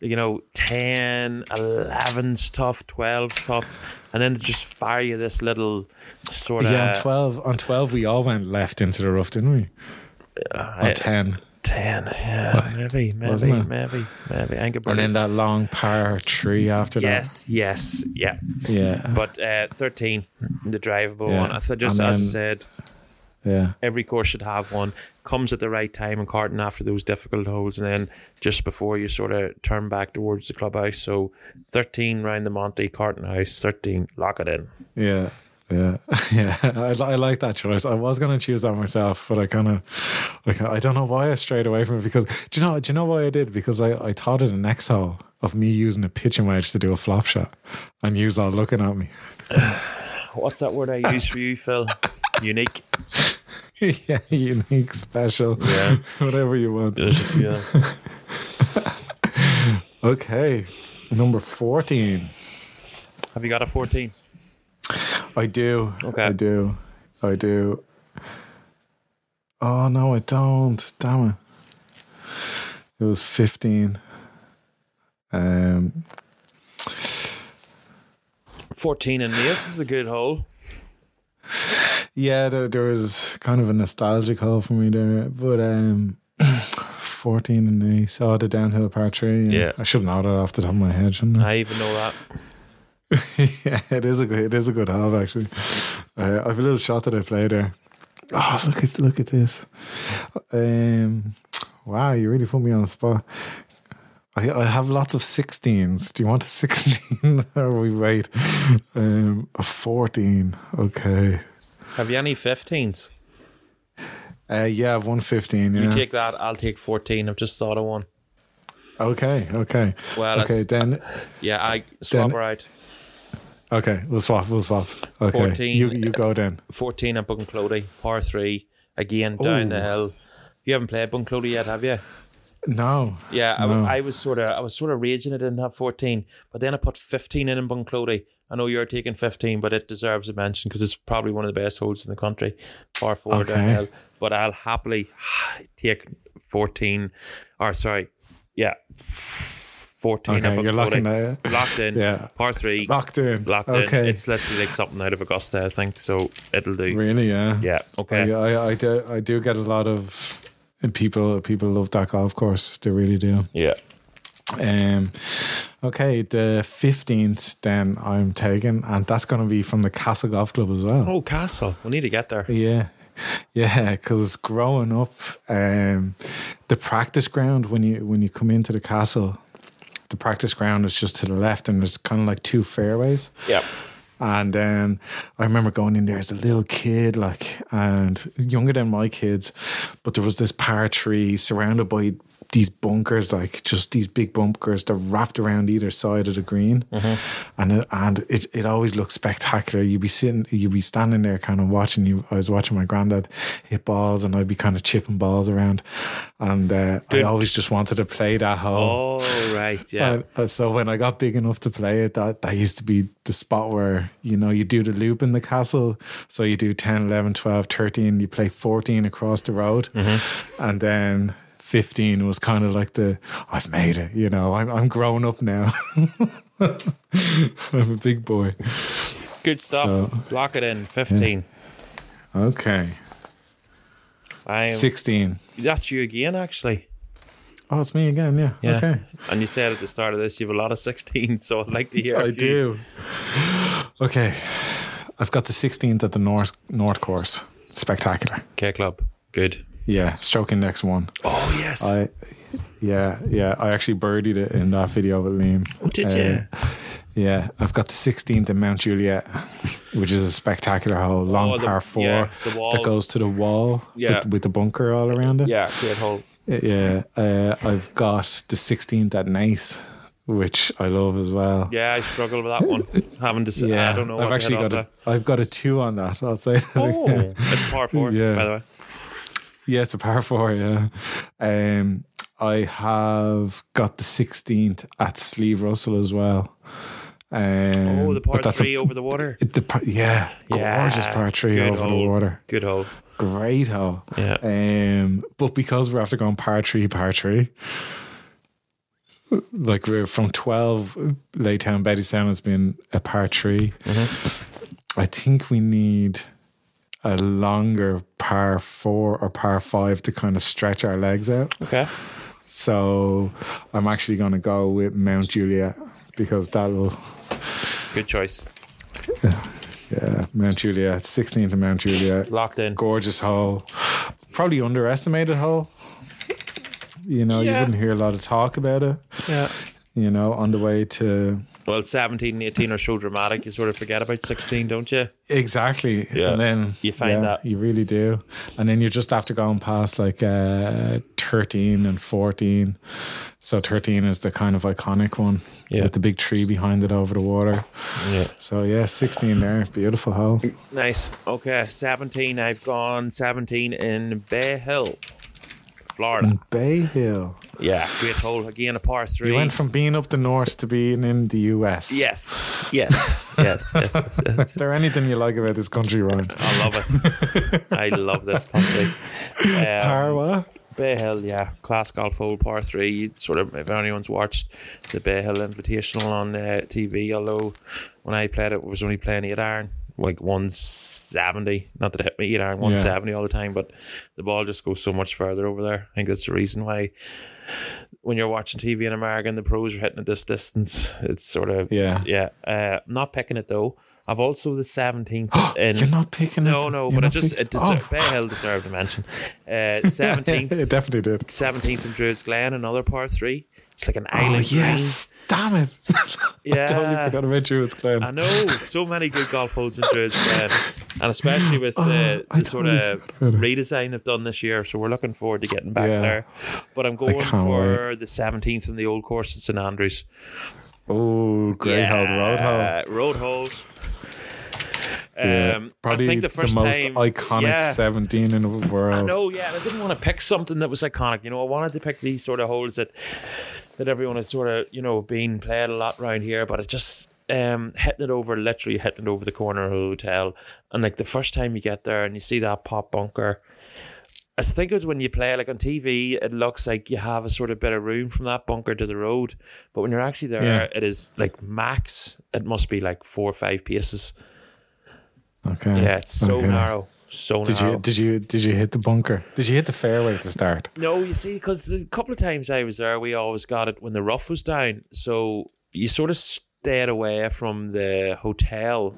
you know, 10, 11's tough, 12's tough, and then they just fire you this little sort of.
yeah, on 12 on 12 we all went left into the rough didn't we
Uh,
on 10
10, yeah, maybe, maybe,
Wasn't it?
maybe, maybe. I think
and then uh, that long par tree after
Yes, yes, yeah.
that yeah
But uh, 13, the drivable
Yeah.
one. I th- just
And
as I
then-
said,
yeah
every course should have one. Comes at the right time and carting after those difficult holes, and then just before you sort of turn back towards the clubhouse. So thirteen round the Monte carting house, thirteen lock it in.
Yeah, yeah, yeah. I, li- I like that choice. I was gonna choose that myself, but I kind of, like, I don't know why I strayed away from it. Because do you know? Do you know why I did? Because I I taught it an X hole of me using a pitching wedge to do a flop shot, and you all looking at me.
What's that word I use for you, Phil? Unique.
yeah, unique, special,
Yeah.
whatever you want.
yeah.
Okay, number fourteen.
Have you got a 14?
I do.
Okay.
I do. I do. Oh no, I don't. Damn it. It was fifteen. Um
14 in this is a good hole.
yeah, there, there was kind of a nostalgic hole for me there. But um fourteen and they saw the downhill par three. and
Yeah.
I should know that off the top of my head, shouldn't I?
I even know that.
yeah, it is a good it is a good half actually. Uh, I've a little shot that I play there. Oh look at look at this. Um, wow, you really put me on the spot. I, I have lots of sixteens. Do you want a sixteen? or we wait. Um, a fourteen. Okay.
Have you any 15s?
Uh, yeah, I've won fifteen. Yeah.
You take that, I'll take 14. I've just thought of one.
okay. Okay.
Well,
okay.
it's-
Then.
Yeah, I swap
Then-
right.
Okay. We'll swap. We'll swap. Okay.
14.
You you go then.
14 at Bunclody, par 3. Again, down
Ooh.
the hill. You haven't played Bunclody yet, have you?
No.
Yeah, I,
No.
I was sort of I was sort of raging I didn't have 14, but then I put 15 in in Bunclody. I know you're taking 15, but it deserves a mention because it's probably one of the best holes in the country, par four
Okay.
downhill. But I'll happily take 14, or sorry, yeah, 14. at
Okay. You're
Bunclody.
locking that.
Locked in,
Yeah.
par three,
Locked in.
locked
okay.
in. It's literally like something out of Augusta, I think. So it'll do.
Really, yeah.
Yeah. Okay.
I, I, I do I do get a lot of and people people love that golf course. They really do.
Yeah.
Um okay, the fifteenth then I'm taking and that's gonna be from the Castle Golf Club as well.
Oh, Castle. We need to get there.
Yeah. Yeah, because growing up, um, the practice ground when you when you come into the castle, the practice ground is just to the left, and there's kind of like two fairways.
Yeah.
And then I remember going in there as a little kid, like, and younger than my kids, but there was this par tree surrounded by these bunkers, like just these big bunkers that wrapped around either side of the green. And it, and it, it always looked spectacular. You'd be sitting, you'd be standing there kind of watching you. I was watching my granddad hit balls and I'd be kind of chipping balls around. And uh, I always just wanted to play that hole.
Oh, right. Yeah.
And- And so when I got big enough to play it, that, that used to be the spot where, you know, you do the loop in the castle. So you do 10, 11, 12, 13, you play 14 across the road.
Mm-hmm.
And then 15 was kind of like the, I've made it, you know, I'm, I'm grown up now. I'm a big boy.
Good stuff. Lock it in. 15.
Okay.
I am,
16.
that's you again, actually.
Oh, it's me again. Yeah.
Yeah.
Okay.
And you said at the start of this you have a lot of 16, so I'd like to hear. a
I
few.
do. Okay. I've got the 16th at the North, North Course. Spectacular.
K Club. Good.
Yeah, stroking next one.
Oh yes.
I, yeah, yeah. I actually birdied it in that video with Liam. Uh,
Oh, did you?
Yeah, I've got the 16th in Mount Juliet, which is a spectacular hole, long
Oh, the-
par four
yeah, the wall.
that goes to the wall
Yeah.
with- with the bunker all around it.
yeah, great hole.
yeah. Uh, I've got the 16th at Nice, which I love as well.
Yeah, I struggle with that one. Having to say, I don't know what
I've actually got
to
a, I've got a two on that. I'll say.
Oh, it's par four,
Yeah.
by the way.
Yeah, it's a par four. Yeah, um, I have got the sixteenth at Sleeve Russell as well. Um,
Oh, the par
but that's
three
A,
over the water.
the par, yeah,
Yeah,
gorgeous par three
good
over the
hole.
water.
Good hole.
Great hole.
Yeah.
Um, but because we're after going par three, par three, like we're from 12, Laytown, Betty Sound has been a par 3 I think we need a longer par four or par five to kind of stretch our legs out.
Okay.
So I'm actually going to go with Mount Juliet because that'll,
Good choice.
yeah, uh, Mount Juliet, 16th of Mount Juliet.
Locked in.
gorgeous hole. Probably underestimated hole. You know,
Yeah.
you wouldn't hear a lot of talk about it.
Yeah.
You know, on the way to
Well, 17 and 18 are so dramatic, you sort of forget about 16, don't you?
exactly,
Yeah.
and then
You find that.
you really do, and then you're just after going past like uh, thirteen and fourteen. So thirteen is the kind of iconic one
Yeah.
with the big tree behind it over the water.
Yeah.
So yeah, sixteen there, beautiful hole.
Nice. Okay, 17. I've gone 17 in Bay Hill. Florida.
Bay Hill.
Yeah, great hole again, a par three.
Mm. You went from being up the north to being in the US.
yes, yes, yes, yes, yes, yes.
Is there anything you like about this country, Ryan?
I love it. I love this country. Um,
Parwa?
Bay Hill, yeah, class golf hole, par three. You Sort of, if anyone's watched the Bay Hill Invitational on uh, TV, although when I played it, it was only playing eight iron, like one seventy. Not that it hit me eight iron, one seventy all the time, but the ball just goes so much further over there. I think that's the reason why when you're watching TV in America and the pros are hitting at this distance, it's sort of
Yeah.
yeah. Uh, not picking it though. I've also the seventeenth in.
You're not picking
no,
it.
no,
You're
but I
not
just uh,
picking-
it deserved, Bay Hill deserved a mention. Uh, Seventeenth,
Oh. it definitely did.
seventeenth in Druids Glen, another par three. It's like an
Oh,
island.
yes. Damn it.
green.
I
yeah.
totally forgot about you. It's Glenn.
Uh, I know so many good golf holes in Druids Glen, and especially with
Oh,
the,
I
the sort
totally
of
forgot about it.
redesign they've done this year. So we're looking forward to getting back
Yeah.
there. But I'm going
can't
for the seventeenth in the old course in St Andrews.
Oh, great hole, road hole.
Yeah, Road hole. Um,
Yeah.
I
Probably
think the
the,
first
most
time,
iconic
yeah.
17 in the world.
I know, yeah. and I didn't want to pick something that was iconic. You know, I wanted to pick these sort of holes that that everyone has sort of, you know, been played a lot around here, but it just um hitting it over literally hitting it over the corner of the hotel. And like the first time you get there and you see that pop bunker. I think it was when you play like on TV, it looks like you have a sort of bit of room from that bunker to the road. But when you're actually there,
Yeah.
it is like max, it must be like four or five paces.
Okay.
Yeah, it's so
Okay.
narrow. So
Did
narrow.
you did you did you hit the bunker? Did you hit the fairway at the start?
No, you see, because the couple of times I was there, we always got it when the rough was down. So you sort of stayed away from the hotel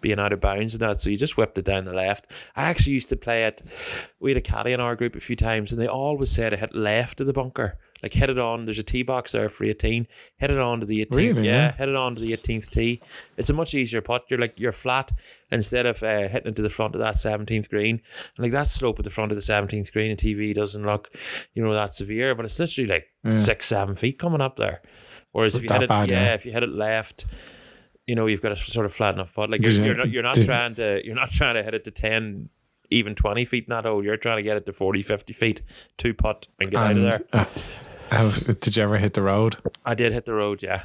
being out of bounds and that. So you just whipped it down the left. I actually used to play it. We had a caddy in our group a few times, and they always said to hit left of the bunker. Like hit it on. There's a tee box there for 18. Hit it on to the 18th.
Really,
yeah,
yeah?
hit it on to the 18th tee. It's a much easier putt. You're like you're flat instead of uh, hitting it to the front of that 17th green. And like that slope at the front of the 17th green and TV doesn't look, you know, that severe. But it's literally like
Yeah.
six, seven feet coming up there. Whereas if you
Not
hit it,
bad,
yeah,
yeah.
if you hit it left, you know, you've got a sort of flat enough putt. Like you're,
Did you-
you're not you're not
did-
trying to you're not trying to hit it to 10 even 20 feet not oh you're trying to get it to 40 50 feet two putt and get out of there
uh, how- did you ever hit the road?
i did hit the road yeah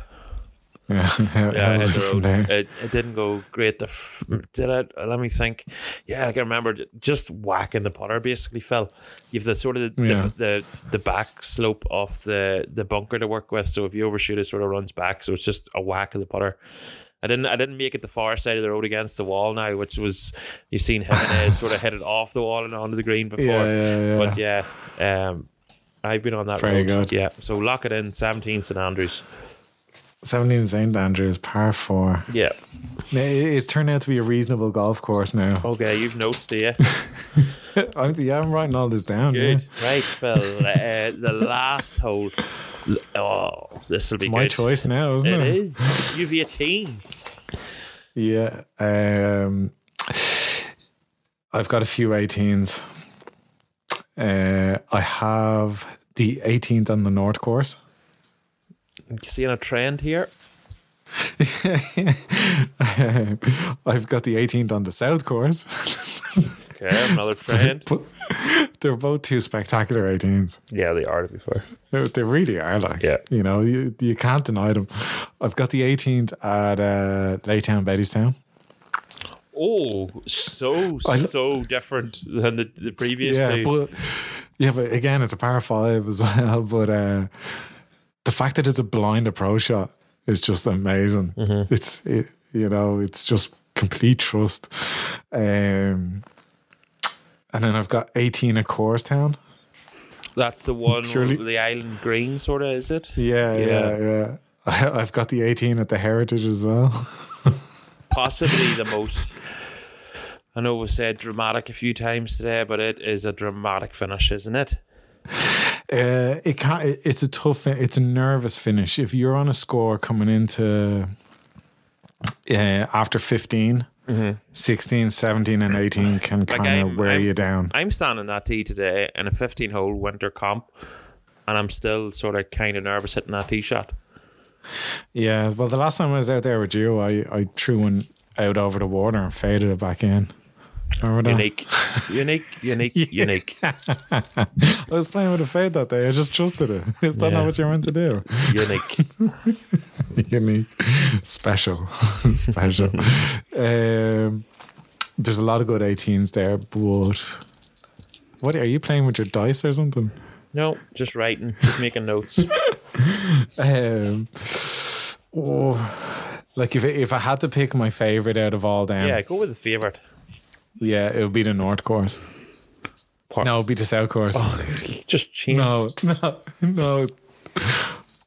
Yeah, how,
Yeah,
how
I
was
hit
it
the
from
road.
there?
It, it didn't go great. The f- did it? Let me think. Yeah, I can remember j- just whacking the putter basically fell. You've the sort of the,
Yeah.
the, the the back slope of the the bunker to work with. So if you overshoot, it sort of runs back. So it's just a whack of the putter. I didn't. I didn't make it the far side of the road against the wall now, which was you've seen Jimenez sort of hit it off the wall and onto the green before.
yeah, yeah, yeah.
But yeah, um, I've been on that
Very
road.
good.
Yeah. So lock it in. 17 St Andrews.
17 St Andrews, par four.
Yeah.
Now, it- It's turned out to be a reasonable golf course now.
Okay. You've notes, do you?
I'm, yeah, I'm writing all this down.
Good.
yeah.
Right, Phil. Uh, the last hole. Oh, this will be
My
good.
choice now, isn't
It
it?
is. UV18.
Yeah. Um, I've got a few 18s. Uh, I have the 18th on the North course.
Seeing a trend here.
I've got the 18th on the South course.
Okay, another trend.
But they're both two spectacular 18s.
yeah, they are to be fair.
They they really are like,
Yeah.
you know, you, you can't deny them. I've got the 18th at uh, Laytown, Bettystown.
Oh, so so different than the, the previous
yeah,
two.
but yeah, but again, it's a par five as well. But uh, the fact that it's a blind approach shot is just amazing. It's it, you know, it's just complete trust. Um, and then I've got 18 at Coorstown.
That's the one
Purely-
with the island green sort of, is it?
Yeah,
Yeah.
yeah, yeah. I, I've got the 18 at the Heritage as well.
Possibly the most I know we said dramatic a few times today, but it is a dramatic finish, isn't it?
Uh, it can not It's a tough. fin- It's a nervous finish. If you're on a score coming into uh, after 15, 16, 17, and eighteen can kind
I'm-
of wear
I'm-
you down.
I'm standing that tee today in a 15 hole winter comp, and I'm still sort of kind of nervous hitting that tee shot.
yeah. Well, the last time I was out there with you, I I threw one out over the water and faded it back in. Remember that?
Unique, unique, unique, unique.
I was playing with a fade that day. I just trusted it. Is that
Yeah.
not what you're meant to do?
unique.
Unique, special, special. um, there's a lot of good 18s there, but what are you playing with your dice or something?
No, just writing, just making notes.
Um, oh, like if if I had to pick my favorite out of all them,
Yeah, go with the favorite.
yeah, it would be the North course.
Part.
No, it would be the South course.
Oh. just change.
No, no, no.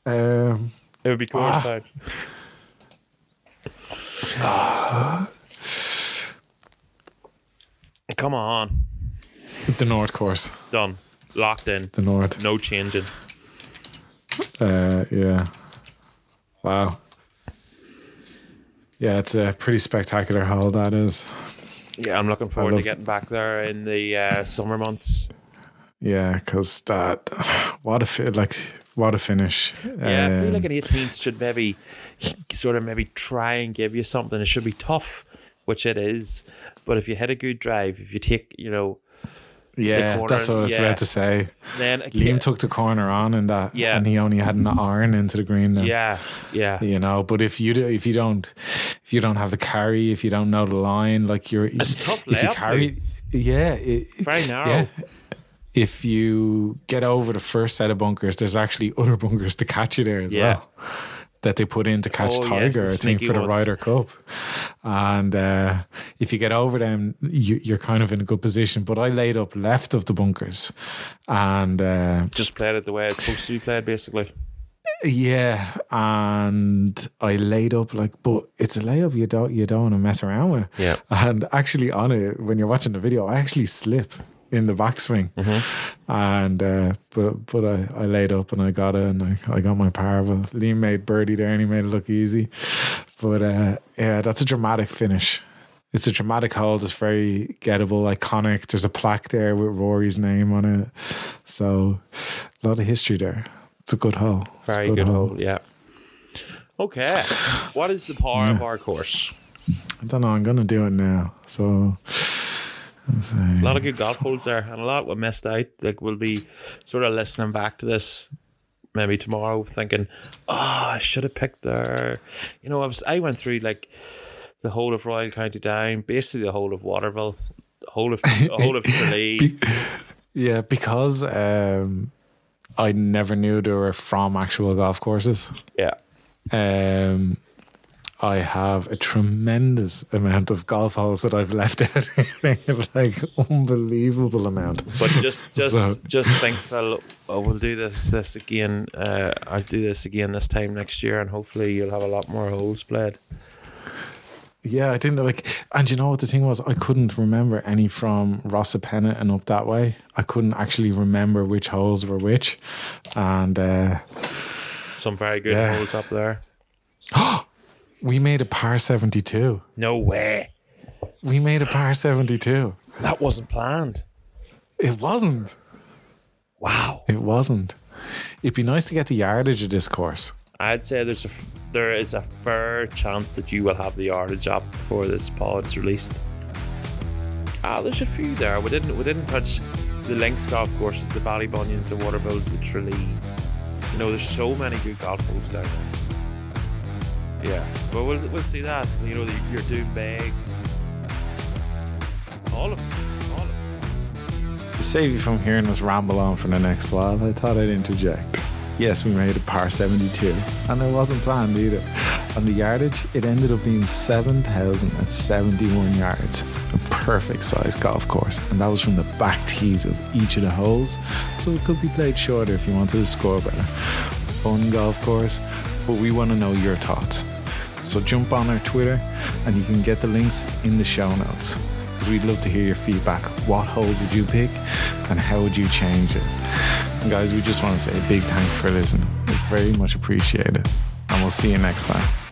Um,
It would be cool.
Ah.
Time. Ah. Come on,
the North course,
done, locked in,
the North.
no changing.
Uh, yeah. Wow. Yeah, it's a pretty spectacular haul that is.
Yeah, I'm looking forward to
love-
getting back there in the uh, summer months.
Yeah, because that what a fi- like what a finish.
Yeah, I feel
Um,
like an 18th should maybe sort of maybe try and give you something. It should be tough, which it is. But if you hit a good drive, if you take, you know,
yeah,
corner,
that's what I was
yeah.
about to say.
then a
Liam
ca-
took the corner on and that,
Yeah.
and he only had an iron into the green. Then.
yeah, yeah,
you know. But if you do, if you don't, if you don't have the carry, if you don't know the line, like you're,
It's a tough
if you
layup,
carry, yeah, it,
very narrow.
yeah. If you get over the first set of bunkers, there's actually other bunkers to catch you there as
Yeah.
well. That they put in to catch
Oh, yes,
Tiger,
the
I think,
sneaky
for the
ones.
Ryder Cup. And uh, if you get over them, you, you're kind of in a good position. But I laid up left of the bunkers, and uh,
Just played it the way it's supposed to be played, basically.
yeah, and I laid up like, but it's a layup you don't you don't want to mess around with.
Yeah.
and actually on it when you're watching the video, I actually slip in the backswing, and uh, but but I, I laid up and I got it and I, I got my par. Well, Liam made birdie there and he made it look easy, but uh, yeah, that's a dramatic finish. It's a dramatic hole that's very gettable, iconic. There's a plaque there with Rory's name on it, so a lot of history there. It's a good hole. It's a
Very good hole, yeah. Okay, what is the power of our course?
I don't know. I'm gonna do it now. So
A lot of good golf holes there, and a lot were missed out. Like we'll be sort of listening back to this maybe tomorrow, thinking, "Oh, I should have picked there." You know, I was I went through like the whole of Royal County Down, basically the whole of Waterville, the whole of the whole of Tralee.
yeah, because um, I never knew they were from actual golf courses.
Yeah,
Um, I have a tremendous amount of golf holes that I've left out, like unbelievable amount.
but just just
So-
just think, Phil. Oh, we'll do this this again. Uh, I'll do this again this time next year, and hopefully you'll have a lot more holes played.
Yeah, I didn't like, and you know what the thing was? I couldn't remember any from Rossapenna and up that way. I couldn't actually remember which holes were which, and uh,
Some very good
Yeah.
holes up there.
we made a par seventy-two.
No way.
We made a par seventy-two.
That wasn't planned.
It wasn't.
Wow.
It wasn't. It'd be nice to get the yardage of this course.
I'd say there's a there is a fair chance that you will have the yardage up before this pod's released. Ah, there's a few there. We didn't we didn't touch the links golf courses, the Ballybunions, the Waterbills, the Trelees. You know, there's so many good golf holes down there. Yeah, but we'll we'll see that. You know, the, your Doom Bags, all of them, all of them.
To save you from hearing us ramble on for the next while, I thought I'd interject. Yes, we made a par 72, and it wasn't planned either. On the yardage, it ended up being 7,071 yards, a perfect size golf course, and that was from the back tees of each of the holes, so it could be played shorter if you wanted to score better. Fun golf course, but we want to know your thoughts. So jump on our Twitter, and you can get the links in the show notes because we'd love to hear your feedback. What hole would you pick and how would you change it? And guys, we just want to say a big thank you for listening. It's very much appreciated. And we'll see you next time.